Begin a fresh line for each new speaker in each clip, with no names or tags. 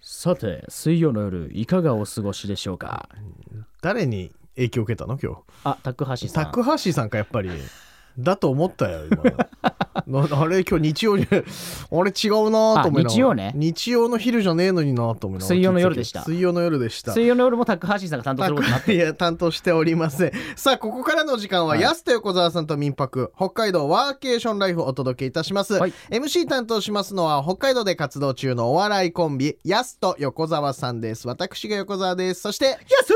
さて水曜の夜いかがお過ごしでしょうか
誰に影響を受けたの今日
あタクハシさん
タクハシさんかやっぱりだと思ったよ今 なあれ今日日曜にあれ違うなと思いながら
あ日曜ね
日曜の昼じゃねえのになと思いながら
水曜の夜でした
水曜の夜でした
水曜の夜もタクハシさんが担当することになっ
タ クい
て
や担当しておりませんさあここからの時間は、
はい
安田横澤さんと民泊北海道ワーケーションライフをお届けいたします、
はい
MC 担当しますのは北海道で活動中のお笑いコンビ安と横澤さんです私が横澤ですそして
やすーで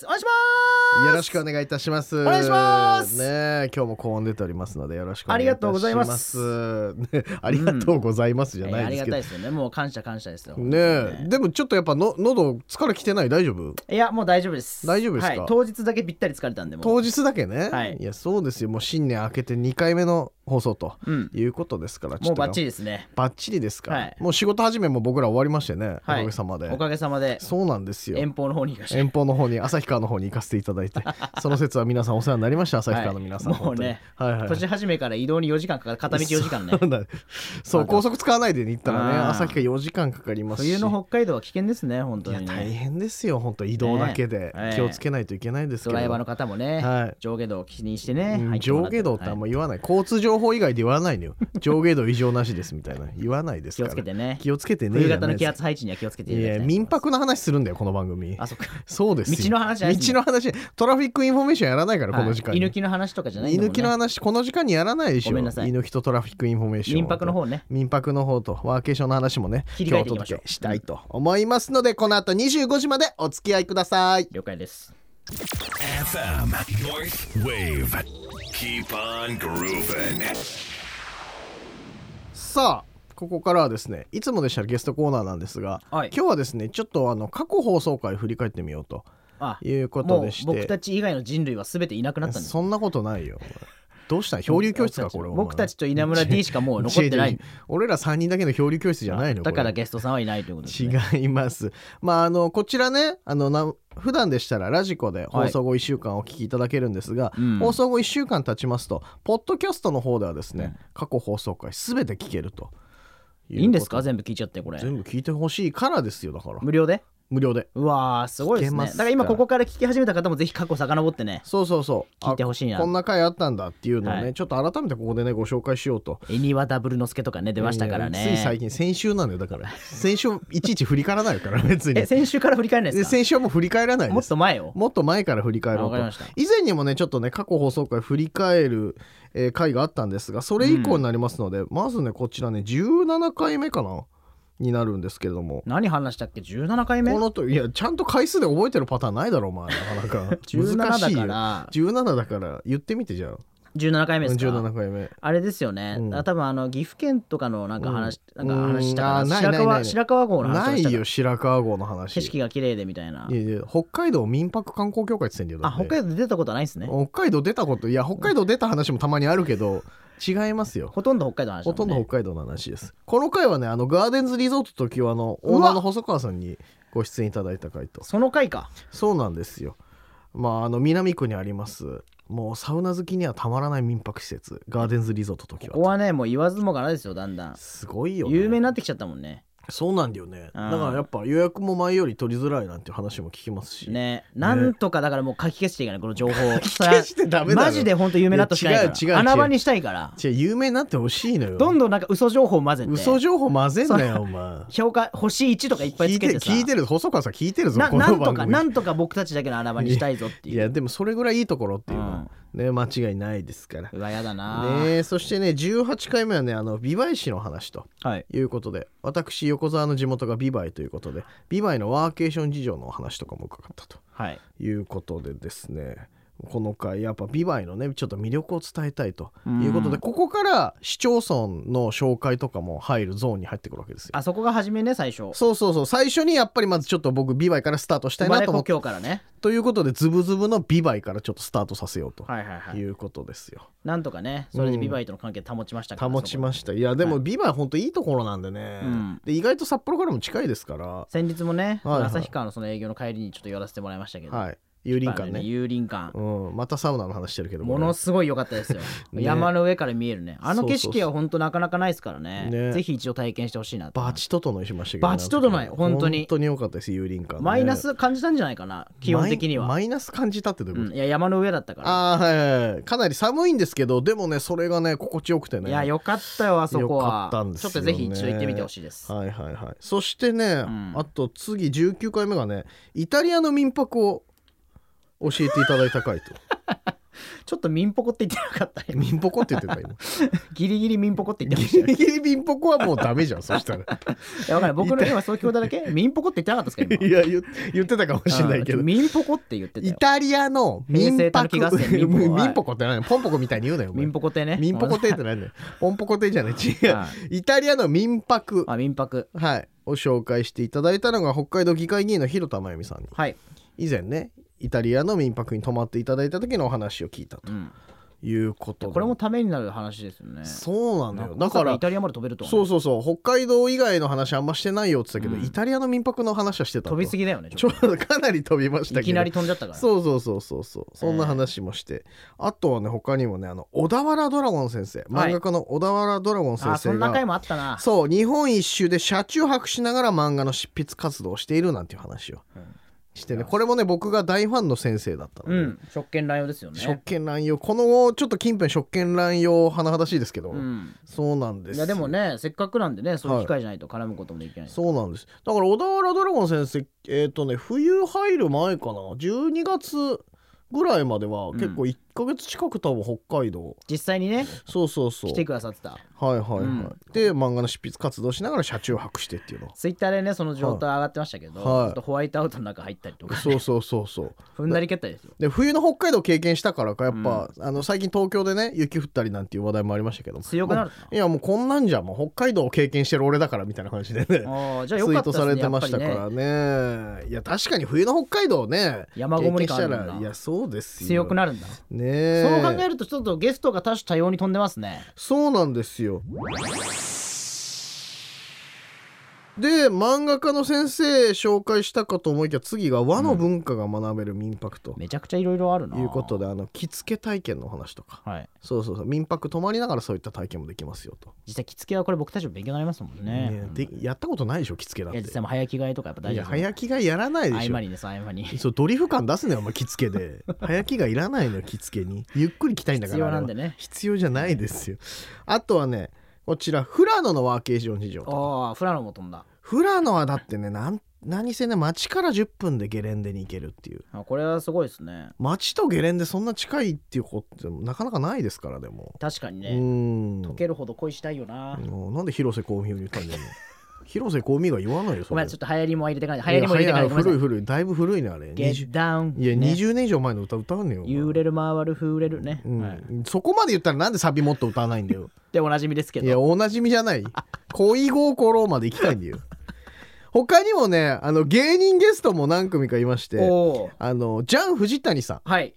すお願いします
よろしくお願いいたします。お
願いします
ねえ今日も高音出ておりますのでよろしくお願いいたしま
ありがと
す。
うござい ます
ねありがとうございますじゃ
えー
な
あり
いで
が
す
た
けど。
いですよねもう感謝感謝ですよ
ねえ、でもちょっとやっぱの喉疲れきてない大丈夫
いやもう大丈夫です
大丈夫ですか
はい、当日だけぴったり疲れたんでもう
当日だけね、
はい
やそうですよもう新年明けて2回目の放送と
うん
いうことですから
もうバッチ
リ
リですね
バッチリですから、
はい
もう仕事始めも僕ら終わりましてね、
はい
おかげさまで
おかげさまで
そうなんですよ
遠方の方に行かせて
遠方の方に旭川の方に行かせていただいてその説は皆さんお世話になりました旭川の皆さん、
はい もうね
本当にはいはいはい
年始めから移動に4時間かかる片道4時間ね
そうなんそう
まだ
高速使わないで行ったらね
あー
朝日が4時間かかりますし
冬の北海道は危険ですね本当
いや
にね
大変ですよ本当移動だけで
ね
気をつけないといけないですけ
ド
ど、
ライバーの方もね、
はい
上下動を気にしてね、
うん
入ってもら
上
って
下動ってあんま
はい
言わない、交通情報以外で言わないのよ上下動異常なしですみたいな言わないです
気
か
を
ら
つけてね
気をつけてね
冬型の
じ
気
ゃないです
圧配置には気をつけてい
い
ただき
や
たい
民泊の話するんだよこの番組
あそっか
そうですよ
道の話じゃないですね
道の話トラフィックインフォメーションやらないからこの時間
はい
に、
居抜きの話とかじゃない
居
んだも
抜
ん
きの話この時間にやらないでしょ
ごめんなさい
居抜きとトラフィックインフォメーション
民泊の方ね
民泊の方とワーケーションの話もね
切り替えていきましょう
今日お届けしたいと思いますので、この後25時までお付き合いください
了解です
FM North Wave. Keep on grooving.
さあここからはですねいつもでしたらゲストコーナーなんですが、
はい
今日はですねちょっとあの過去放送回振り返ってみようと
あ
いうこと
もう
でして
僕たち以外の人類は全ていなくなったんです
そんなことないよどうしたん漂流教室かこれ
僕たちと稲村 D しかもう残ってない
俺ら3人だけの漂流教室じゃないの
だから
これ
ゲストさんはいないということです、ね、
違います。まあ、あの、こちらね、あの、な普段でしたらラジコで放送後1週間お聞きいただけるんですが、
うん
放送後1週間経ちますと、ポッドキャストの方ではですね、過去放送回すべて聞けるとうこと。
いいんですか全部聞いちゃってこれ
全部聞いてほしいからですよ、だから。
無料で
無料で。
うわーすごいです
聞けま
ね
す
だから今ここから聞き始めた方もぜひ過去遡ってね
そうそうそう。
聞いてほしいな
あこんな回あったんだっていうのをね、
はい
ちょっと改めてここでね、ご紹介しようと。
恵庭ダブルの助とかね出ましたからね
いやいやつい最近、先週なんだよ、だから。先週、いちいち振り返らないから、別に
え。先週から振り返らないで
で
か
す先週はもう振り返らないです。
もっと前を
もっと前から振り返ろう
わ
と
かりました
以前にもねちょっとね過去放送回振り返る、えー回があったんですがそれ以降になりますので、まずねこちらね17回目かなになるんですけれども
何話したっけ17回目
このといやちゃんと回数で覚えてるパターンないだろお前な かなか
17
難しいよ
だから
17だから言ってみてじゃあ
17回目ですか
17回目
あれですよね、
うん
あ多分あの岐阜県とかのなんか話,、
うん
なんか話したか
うん
な
あー
白
ないないな
川
い
白川郷の話
な
をした
い
か
よ白川郷の話
景色が綺麗でみたいない
やいや北海道民泊観光協会って言ってんだよ
あ北海
道
道で出たことないですね
北海道出たこといや北海道出た話もたまにあるけど違いますよ
ほとんど北海道の話だ
ほ
も
と
ん
ん
ね
ど北海道の話です。この回はね、あのガーデンズリゾート時はあのオーナーの細川さんにご出演いただいた回と。
その回か
そうなんですよ。まああの南区にあります。もうサウナ好きにはたまらない民泊施設、ガーデンズリゾート時
ここ
は。
はねもう言わずもがなですよだんだん
すごいよ、ね。
有名になってきちゃったもんね
そうなんだよね。だ
うん
からやっぱ予約も前より取りづらいなんて話も聞きますし。
ねなんとかだからもう書き消していかないこの情報 を書き
消してダメだろ
マジで本当有名になってほしくないから
いや違う違う違う
穴場にしたいから
違う。有名になってほしいのよ。
どんどんなんか嘘情報を混ぜて
嘘情報混ぜんなよ、お前。
評価星1とかいっぱい
聞
つ
い
け
て
てさ
聞いてる細川さん聞いてるぞ
な
こ
な
の
ん
番
とか
組
なんとか僕たちだけの穴場にしたいぞって
い
いう
やでもそれぐらいいいところっていうのは、ね間違いないですから
うわやだな
ねえそしてね18回目はねあの美唄市の話と
はい
いうことで私横澤の地元が美唄ということで美唄のワーケーション事情のお話とかも伺ったと
はい
いうことでですねこの回やっぱ美唄のねちょっと魅力を伝えたいということで、ここから市町村の紹介とかも入るゾーンに入ってくるわけですよ。
あそこが初めね最初
そうそうそう最初にやっぱりまずちょっと僕美唄からスタートした
生
い
ま
な
れ
と思
故
って
郷からね
ということでズブズブの美唄からちょっとスタートさせようと
はいはいはい
いうことですよ。
なんとかねそれでビバイとの関係保ちましたから
保ち
し
ましたいやで
は
もビバイ本当いいところなんでね、
うん
で意外と札幌からも近いですから
先日もね
はいはい
旭川のその営業の帰りにちょっと寄らせてもらいましたけど
はい有林
まあ
館ね
遊林館
うん、またサウナの話してるけど
ものすごい良かったですよ、
ね
山の上から見えるねあの景
そうそう
色
そ
は本当なかなかないですからね
ね
ぜひ一度体験してほしいなと
バチととのいしましたけどね
バチととのい本当に
本当に良かったです有林館、ね、
マイナス感じたんじゃないかな基本的には、
マイマイナス感じたってどういう
う
こと、
ん、いや山の上だったから
ああはいはいはいかなり寒いんですけどでもねそれがね心地よくてね
いやよかったよあそこ
よか
は
ったんです
ちょっ
よね
とぜひ一度行ってみてほしいです、
はいはいはいそしてね、
ん
あと次19回目がねイタリアの民泊を教えていただい た回と
ちょっと民ポコって言ってなか ったね
民泊って言ってた今
ギリギリ民ポコって言ってました
ギ
よね
リギリ民泊はもうダ メじゃんそしたら
いやわかんない僕の今そう聞こえただけ民ポコって言ってなかったですか今
いや言言ってたかも しれないけど
うん民ポコって言ってた
イ
よ
タリアの
平
民
成
泊
短期合戦民泊はい
民泊って何ポンポコみたいに言うなよお前
民ポコってね
民ポコテって何だよポンポコテじゃない違う
は
イタリアの民泊
あ民泊
はいを紹介していただいたのが北海道議会議員の広田真由美さんに
はい、
以前ねイタリアの民泊に泊まっていただいた時のお話を聞いたと
うん、
いうことで
これもためになる話ですよね
そうなんだよ
ま
だ
さ
から
イタリアまで飛べるとはね
そうそうそう北海道以外の話あんましてないよって言ってたけど、
うん
イタリアの民泊の話はしてたと
飛びすぎだよね
ちょっとかなり飛びましたけど
いきなり飛んじゃったから
そうそうそうそうそうそんな話もして、あとはね他にもねあの小田原ドラゴン先生
はい
漫画家の小田原ドラゴン先
あそ
生
ん
が、
な回もあったな
そう日本一周で車中泊しながら漫画の執筆活動をしているなんていう話を
うん
してねこれもね僕が大ファンの先生だったの
う
で、
ん職権乱用ですよね
職権乱用このちょっと近辺職権乱用甚だしいですけど、
うん
そうなんです
いやでもねせっかくなんでねそういう機会じゃないと絡むこともできない、
そうなんですだから小田原ドラゴン先生えっ、とね冬入る前かな12月ぐらいまでは結構1ヶ月近く多分北海道、
実際にね
そうそうそう
来てくださってた
はいはいはい、
うん
で漫画の執筆活動しながら車中泊してっていうの
ツイッターでねその状態上がってましたけど、
はい
ちょっとホワイトアウトの中入ったりと か
そうそうそうそう
踏んだり蹴ったりですよ
で冬の北海道経験したからかやっぱ、あの最近東京でね雪降ったりなんていう話題もありましたけど
強くなる
もういやもうこんなんじゃもう北海道を経験してる俺だからみたいな話でねツイ
ああじゃあよか
ー
った
ト
です
さ
ね
れてましたか
やっぱりね
らねいや確かに冬の北海道をね
山ごもり
経
感あ
験
る
した
ん
ら
だ
いやそうですよ
強くなるんだ、
ねえ
そう考えるとちょっとゲストが多種多様に飛んでますね
そうなんですよで漫画家の先生紹介したかと思いきや次が和の文化が学べる民泊と
めちゃくちゃいろいろあるな
いうことで、あの着付け体験の話とか
はい、
そうそうそう民泊泊まりながらそういった体験もできますよと、
実際着付けはこれ僕たちも勉強になりますもんね
ねでやったことないでしょ着付けだ
い
っ
や
て
実際も早着替えとかやっぱ大事
いや
ですよ
早着替えやらないで
合
し
間
ょ
にです合間に
そうドリフ感出すねお前着付けで早着替えいらないのよ着付けにゆっくり着たいんだから
必要なんで
あれは
ね
必要じゃないですよあとはねこちら富良野のワーケーション事情とか
ああフラノも飛んだ
富良野はだってねなん何せね町から10分でゲレンデに行けるっていう
あこれはすごいですね
町とゲレンデそんな近いっていうことってなかなかないですからでも、
確かに
うー
ね
ん
溶けるほど恋したいよな、
うんなんで広瀬香美を言ったんだよ広瀬香美が言わないよ
ご
そ
め
れ
んちょっと流行りも入れてかない流行りも入れてかない
や
ごめんな
古い
さ
古いだいぶ古いねあれ
いゲッ
20
ダウン
いや、
ね
20年以上前の歌歌うねよお前
揺れる回る触れるね、
うん
はい
そこまで言ったらなんでサビもっと歌わないんだよ
でおなじみですけ
いや
ど
おなじみじゃない恋心まで行きたいんだよ他にもねあの芸人ゲストも何組かいまして
おおー
あのジャン藤谷さん
はい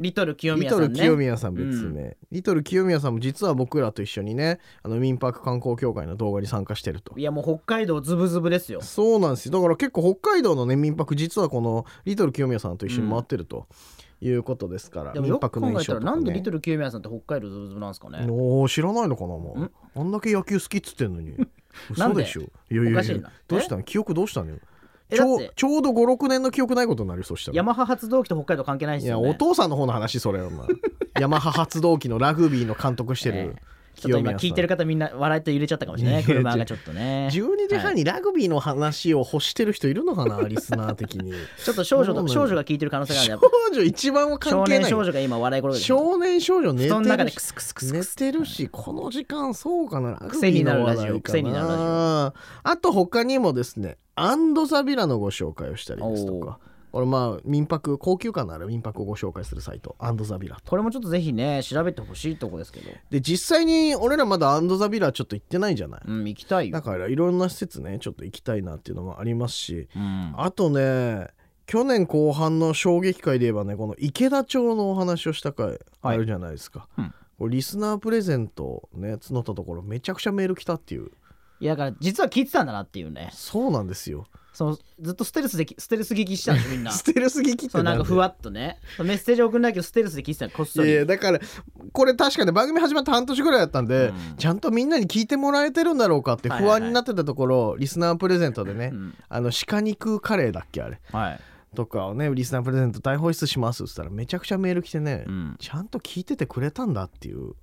リトル清
リ
宮
ト
さ
ル
んね
清宮さん別名、リトル清宮さんも実は僕らと一緒にねあの民泊観光協会の動画に参加してると
いやもう北海道ズブズブですよ
そうなんですよだから結構北海道のね民泊実はこのリトル清宮さんと一緒に回ってるということですから、
でも
民
よく
泊
考
の
え
印
た
象
ら
と
な
か、
んでリ
ね
ト、ル清宮さんって北海道ズブズブなんですかね
おー知らないのかなもうあんだけ野球好きっつってんの に
な
嘘
んで
でしょいやいや
おか
い
し
や
いな
どうしたの記憶どうしたのよ
え
ち
だっ
ょ
て
ちょうど56年の記憶ないことになるよそしたら
ヤマハ発動機と北海道関係ないで
い
す
や
よ
お
ね
父さんの方の話それ お前ヤマハ発動機のラグビーの監督してる
ええちょっと今
清宮さ
聞
ん
いてる方みんな笑いと揺れちゃったかもしれない
い
ね
やいや
車がちょっとね
12時半
に
にラグビーの話を欲してる人いるのかな、リスナー的に
ちょっと少女
どうな
と
の
少女が聞いてる可能性があるや
少
っぱ
女一番は関
少
係
年
ない
少女が今笑い転げてる
少年少女
布
寝てる
団の中で
し
クスクスクスク
寝
ス
てるしこの時間そうかなラグ
癖
ビ
に
ー
な
の
るラ
話
ジオ
題かな
癖になるラジ
あと他にもですねアンドザビラのご紹介をしたりですとかこれまあ民泊高級感のある民泊をご紹介するサイトアンドザビラと
これもちょっとぜひね調べてほしいとこですけど
で実際に俺らまだアンドザビラちょっと行ってないじゃない
うん行きたい
だ
よ
からいろんな施設ねちょっと行きたいなっていうのもありますし
うん
あとね去年後半の衝撃会で言えばねこの池田町のお話をした回あるじゃないですか、
うん
これリスナープレゼントをね募ったところめちゃくちゃメール来たっていう
いやだから実は聞いてたんだなっていうね
そうなんですよ
そのずっとステルスできステルス聞きしたんですよみんな
ステルス聞きっ
そ
て
うなんか
で
ふわっとねメッセージ送んないけどステルスで聞いてたのこっそ
い
り
やだからこれ確かに番組始まって半年ぐらいだったんで、
うん
ちゃんとみんなに聞いてもらえてるんだろうかって不安になってたところ、リスナープレゼントでね、
うん
あの鹿肉カレーだっけあれ
はい
とかをねリスナープレゼント大放出しますっつったらめちゃくちゃメール来てね、
うん
ちゃんと聞いててくれたんだっていう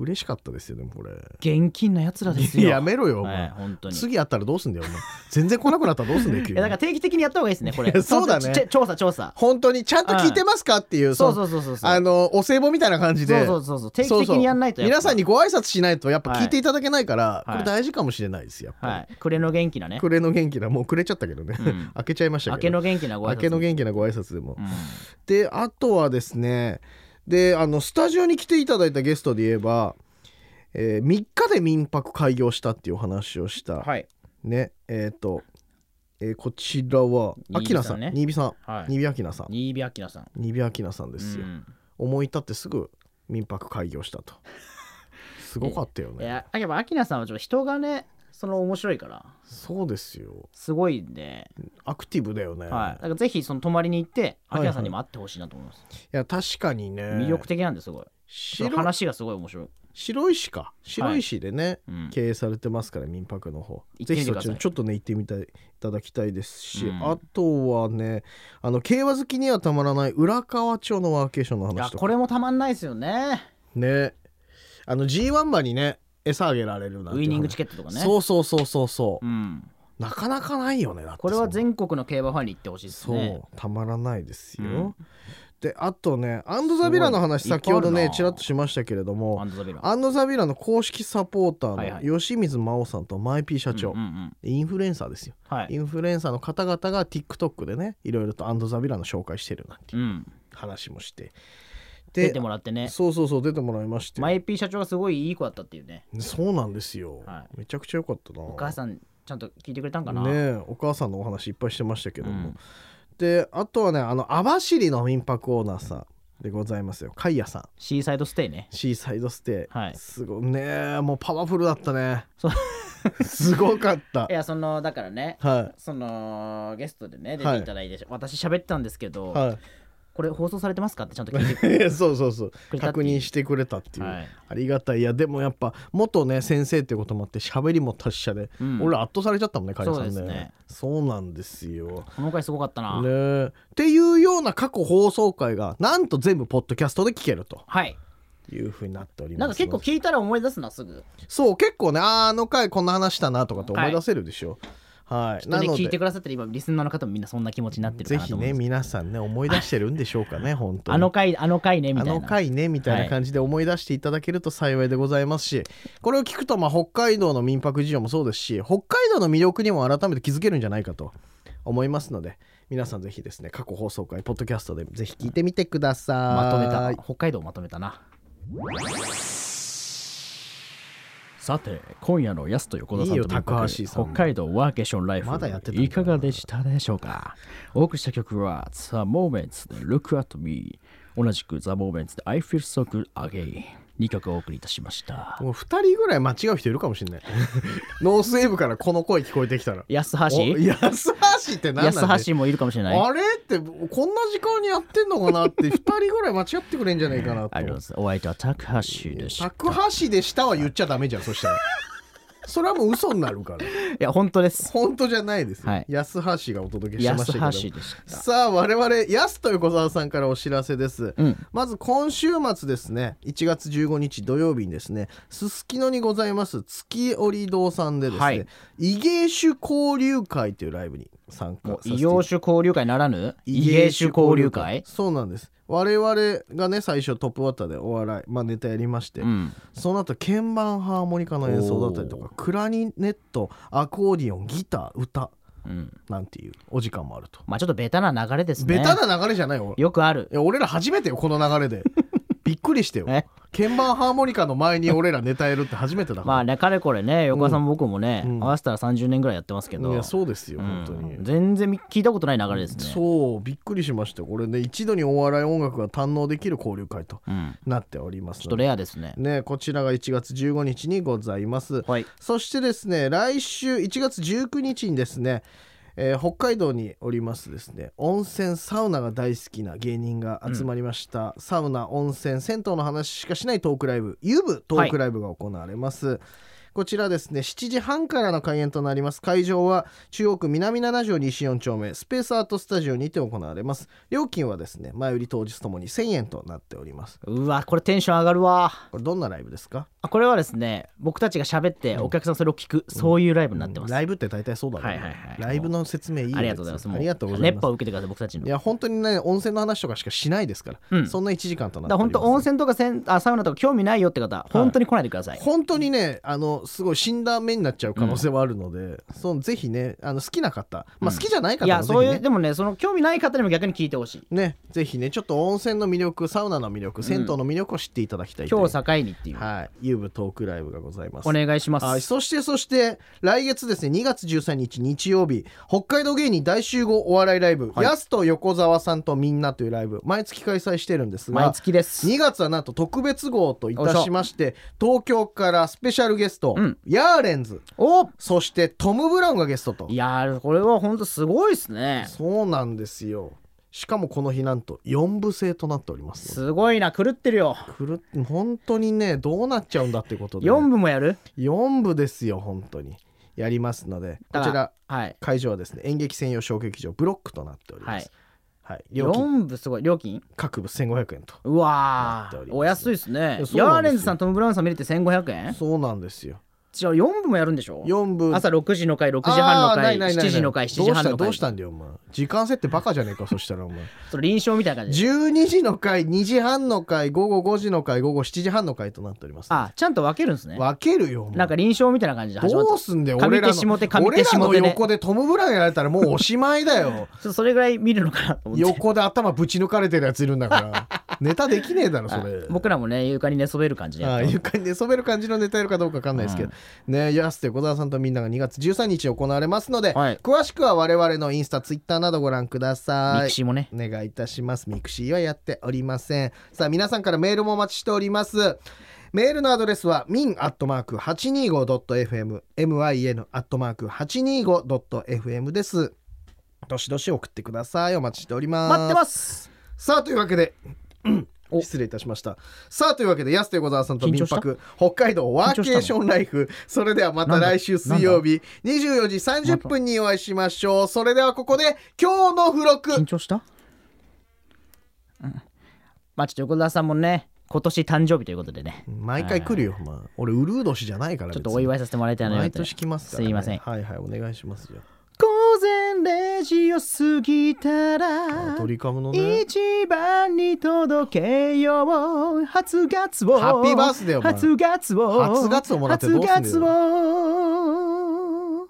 嬉しかったですよねこれ
現金なやつらです
い
よ
ややめろよ、お
は
前
い本当に
次やったらどうすんだよお前全然来なくなったらどうすんだよ
い
急 に
やだから定期的にやった方がいいですねこ
いや
れ
そうだね
ちっちゃい調査調査
本当にちゃんと聞いてますかっていう
そう
そ
そ
の
うそうそうそう
あのお歳暮みたいな感じで
そうそうそうそう定期的にやんないと
そうそう皆さん
に
にご挨拶しないとやっぱ聞いていただけないから、
はい
これ大事かもしれないですやっぱり、
はい暮れの元気なね
暮れの元気なもう暮れちゃったけどね、
うん
開けちゃいました
明
け
け
ど
の元気なご挨拶
明けの元気なご挨拶でも、
うん
であとはですねであのスタジオに来ていただいたゲストで言えば、え3日で民泊開業したっていうお話をした、
はい
ねえっ、と、えーこちらは
新
あき
美
な
さ
さ
ん
ん
ね
新美さ
は
ん
い
新美あきなさん
新ビ明菜さん
新美あきなさんですよ、
うん
思い立ってすぐ民泊開 業したとすごかったよ
い
ね
ややっぱ明菜さんはちょっと人がねその面白いから
そうですよ
すごいんで、
アクティブだよね、
はい、だからぜひその泊まりに行って
はい
明菜さんにも会ってほしいなと思います、
い、や確かにね
魅力的なんですごい
白
話がすごい面白い、
白石か白石でね、
うん、
経営されてますから民泊の方
行って
ぜ
みて
ひそ
くだ
っ
さい
ちのちょっとね行ってみたいいただきたいですし、
うん
あとはねあの競馬好きにはたまらない浦河町のワーケーションの
いや
話とか
これもたまんないですよね
ねあの G1 馬にね餌あげられるなん
ウ
ていう話
イニングチケットとかね
そうそうそうそうそう、
うん、
なかなかないよねだって
これは
そんな
全国の競馬ファンに行ってほしいです
そう、
ね
たまらないですよ、
うん
であとねアンド・ザ・ビラの話
すごい
先ほど
いっぱいある
ね
な
ちらっとしましたけれども
アンドザビラ
アンド・ザ・ビラの公式サポータ
はい
ー
はい
の吉水真央さんとマイピー社長、
うんうんうん
インフルエンサーですよ
は
イ
い、
ンフルエンサーの方々が TikTok でねいろいろとアンド・ザ・ビラの紹介してるなんて
うん、
話もして
出てもらってね
そうそうそう出てもらいまして
マイピー社長がすごいいい子だったっていうね
そうなんですよ、
は
めちゃくちゃ良かったな
お母さんちゃんと聞いてくれたんかな、
ねえお母さんのお話いっぱいしてましたけど
う
も、
ん
であとはねあの網走の民泊オーナーさんでございますよカイヤさん
シーサイドステイね
シーサイドステイ、
はい
すごいねえもうパワフルだったね
そう
すごかった
いやそのだからね
は
そのゲストでね出
は
て
い
いただいて、私喋ったんですけど、
いはい
これ放送されてますかってちゃんと聞いて
いや そうそうそう
くれたって
確
いう
認してくれたっていう、
はい
ありがたいいやでもやっぱ元ね先生ってこともあって喋りも達者で、
うん
俺ら圧倒されちゃったもんね彼さん
そ
ね
うですね
そうなんですよ
この回すごかったな、
ねえっていうような過去放送回がなんと全部ポッドキャストで聞けると
はい
いうふうになっております
なんか結構聞いたら思い出すなすぐ
そう結構ねあーあの回こんな話したなとかって思い出せるでしょはい、
きっ
な
とね
の
聞いて
で
くださってる今リスナーの方もみんなそんな気持ちになってるか
ぜ
なと
ひ
思う
ね
んです
皆さんね思い出してるんでしょうかね本当に
あの回あの回ねみた
あ
いな
の回ねみたいな感じで思い出していただけると幸いでございますし、これを聞くとまあ北海道の民泊事情もそうですし北海道の魅力にも改めて気づけるんじゃないかと思いますので皆さんぜひですね過去放送回ポッドキャストでぜひ聞いてみてください
まとめた北海道をまとめたな
さて今夜のヤスと横田さん
いい
と
よ
の
高橋さん
北海道ワーケーションライフ
まだやってたんだ
いかがでしたでしょうかお送りした曲は The Moments で Look at Me 同じく The Moments で I Feel So Good Again 2曲をお送りいたしました
もう2人ぐらい間違う人いるかもし れないノースウェーブからこの声聞こえてきたら
安
お
橋
安橋って何なんだよ
安橋もいるかもしれない
あれってこんな時間にやってんのかなって2人ぐらい間違ってくれんじゃないかなと
あ りがとうございますお相手は高橋でした
宅橋でしたは言っちゃダメじゃんそした らそれはもう嘘になるから
いや本当です
本当じゃないですよ、
はい
安橋がお届けしまし
安
たけ
橋
ども
でした
さあ我々安と横澤さんからお知らせです、
うん
まず今週末ですね1月15日土曜日にですねすすきのにございます月折堂さんでですね、
はい
異芸種交流会というライブに参加
も
さ
う
せて
異
いただき
業
ます
種交流会ならぬ異業種交流会
そうなんです我々がね最初トップバッターでお笑い、まあ、ネタやりまして、
うん
その後鍵盤ハーモニカの演奏だったりと
お
かクラリネットアコーディオンギター歌
うん
なんていうお時間もあると、
まあちょっとベタな流れですね
ベタな流れじゃないよい
よくある
や俺ら初めてよこの流 れでびっくりしてよ
え
鍵盤ハーモニカの前に俺らネタやるって初めてだから
まあねかれこれね横川さんも僕もね、
うん
合わせたら30年ぐらいやってますけど
いやそうですよ、
うん
本当に
全然聞いたことない流れですね
そうびっくりしましたよこれね一度にお笑い音楽が堪能できる交流会と
うん、
なっております
ちょっ
の
と
で
レアですね
ねこちらが1月15日にございます
はい
そしてですね、来週1月19日にですね、えー北海道におりますですね温泉サウナが大好きな芸人が集まりました、サウナ温泉銭湯の話しかしないトークライブ湯部トークライブが行われます、こちらですね7時半からの開演となります会場は中央区南7条西4丁目スペースアートスタジオにて行われます料金はですね前売り当日ともに1000円となっております
うわこれテンション上がるわ
これどんなライブですか
あこれはですね僕たちが喋ってお客さんそれを聞く、そういうライブになってます、
ライブって大体そうだね、
はいはいはい
ライブの説明いいよ
ありがとうございます
別に
も
ありがとうござい
熱波
ます
を受けてください僕たちの
いや本当にね温泉の話とかしかしないですから、
うん
そんな1時間となっ
だ
て
か
お
ら
りま
本
す
当温泉とかせんあサウナとか興味ないよって方本当に来ないでください、
本当にねあのすごい死んだ目になっちゃう可能性はあるので、そのぜひねあの好きな方、まあ、好きじゃない方
いや
もぜ
そう
ひ
いう
ね
でもねその興味ない方にも逆に聞いてほしい
ねぜひねちょっと温泉の魅力サウナの魅力銭湯の魅力を知っていただきたいという
今日を境にっていう
はい遊部トークライブがございます
お願いしま
はい、
す
そしてそして来月ですね2月13日日曜日北海道芸人大集合お笑いライブ「やすと横澤さんとみんな」というライブ毎月開催してるんですが
毎月です
2月はなんと特別号といたしまして東京からスペシャルゲスト、
うん
ヤーレンズ
お
そしてトム・ブラウンがゲストと
いやーこれは本当すごいですね
そうなんですよしかもこの日なんと4部制となっております
すごいな狂ってるよ
くる本当にねどうなっちゃうんだってことで
4部もやる
4部ですよ本当にやりますのでこ
だ
ち
からはい
会場はですね演劇専用小劇場ブロックとなっておりま
はい
す、はい料金
4部すごい料金
各部1500円と
うわ
なっており
ー
ます
お安いですね
いやそう
ヤ
な
ー
んですよ
レンズさんトム・ブラウンさん見れて1500円
そうなんですよ
じゃあ4部もやるんでしょ
4部
朝6時の回6時半の
あーな
回
いないないない
7時の回7時半の
どう
回
したどうしたんだよお前時間設定バカじゃねえかそしたらお前
その臨床みたいな感じで
12時の回2時半の回午後5時の回午後7時半の回となっております
あちゃんと分けるんですね
分けるよお前
なんか臨床みたいな感じで始まったち
どう
ょ
すんだよ
上手
俺ら
下
の
手上手
俺らの
下手ね
横でトム・ブラウンやられたらもうおしまいだ よ
っとそれぐらい見るのかなと思って
横で頭ぶち抜かれてるやついるんだからネタできねえだろそれ
僕らもね床に寝そべる感じで
あ
やっ
あ
てます
床に寝そべる感じのネタやるかどうかわかんないですけど、ねやすて小沢さんとみんなが2月13日行われますので、
はい
詳しくは我々のインスタツイッターなどご覧くださ
ミ
い
クシーもね
お願いいたしますミクシーはやっておりませんさあ皆さんからメールもお待ちしておりますメールのアドレスは min.825.fm min.825.fm ですどしどし送ってくださいお待ちしております
待ってます
さあというわけで、うん
お
失礼いたしましたさあというわけで安手小沢さんと
緊
民
張した
泊北海道ワーケーションライフそれではまた来週水曜日24時30分にお会いしましょうそれではここで今日の付録
緊張した、うん、まあちょっと横澤さんもね今年誕生日ということでね
毎回来るよ、まあ、俺ウルー年じゃないから
ちょっとお祝いさせてもらいたい
別
な
に
と
毎年来ますから、ね、
すいません
はいはいお願いしますよ
午前0時を過ぎたら
トリカムのね
一番に届けよう初月を
ハッピーバースデーお前
初月を
初月をもらってどうすんだよ
初月を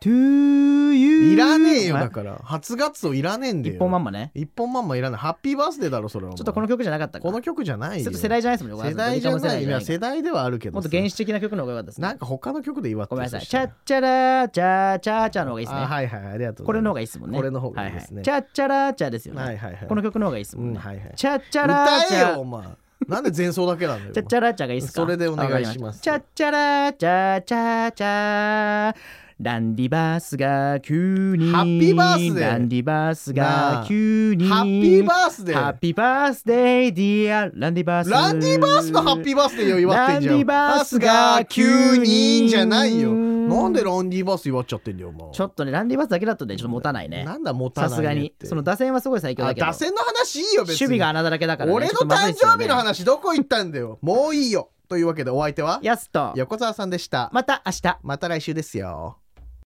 to you
いらねえよ
まあ
だから初月をいらねえんだよ
一本まんまね
一本まんまいらないハッピーバースデーだろそれはち
ちょっとこの曲じゃなかったか
この曲じゃないよ
ちょっと世代じゃないですもんね
世代じゃないいや世
も
代ではあるけど
っと
さ
原始的な曲の方が良かったです
な
ね
んか他の曲で祝って
ごめんなさい
そし
チ
た
ャ
ら
ッチャラチャチャチャの方がいいです
あ
ね
はいはいありがとう
こ
ござ
れの
います
方がいいですもんね
これの方がいいです
は
ね
チャッチャラチャですよ
はい
ね
はいはい
この曲の方がいいですもん
うん
ね
はいはい
チャッチャラチ
歌え
ャ
よお前なんで前奏だけなんだよ
チャッチャラチャがいいですか
それでお願いします
わかりたチャッチャラチャチャチャランディバースが急に
ハッピーバースデー
ランディバース
な
が
あ
急に
ハッピーバースデ
ハッ
ー
ピーバースデーディアランディバース
ランディバースのハッピーバースデーを祝ってんじゃん
ランディバースが
急にじゃないよ
急に
なんでランディバース祝っちゃってんだよお前
ちょっとねランディバースだけだとねちょっと持たないね
なんだ持たな
さ
いね
すがに
って
その打線はすごい最強
あ
だけど
打線の話いいよ
守
別に
備が穴だらけだからね
俺の
ちょっとまずい
誕
ですよ
生
ね
日の話どこ行ったんだよもういいよというわけでお相手は
やすと
横澤さんでした
また明日
また来週ですよ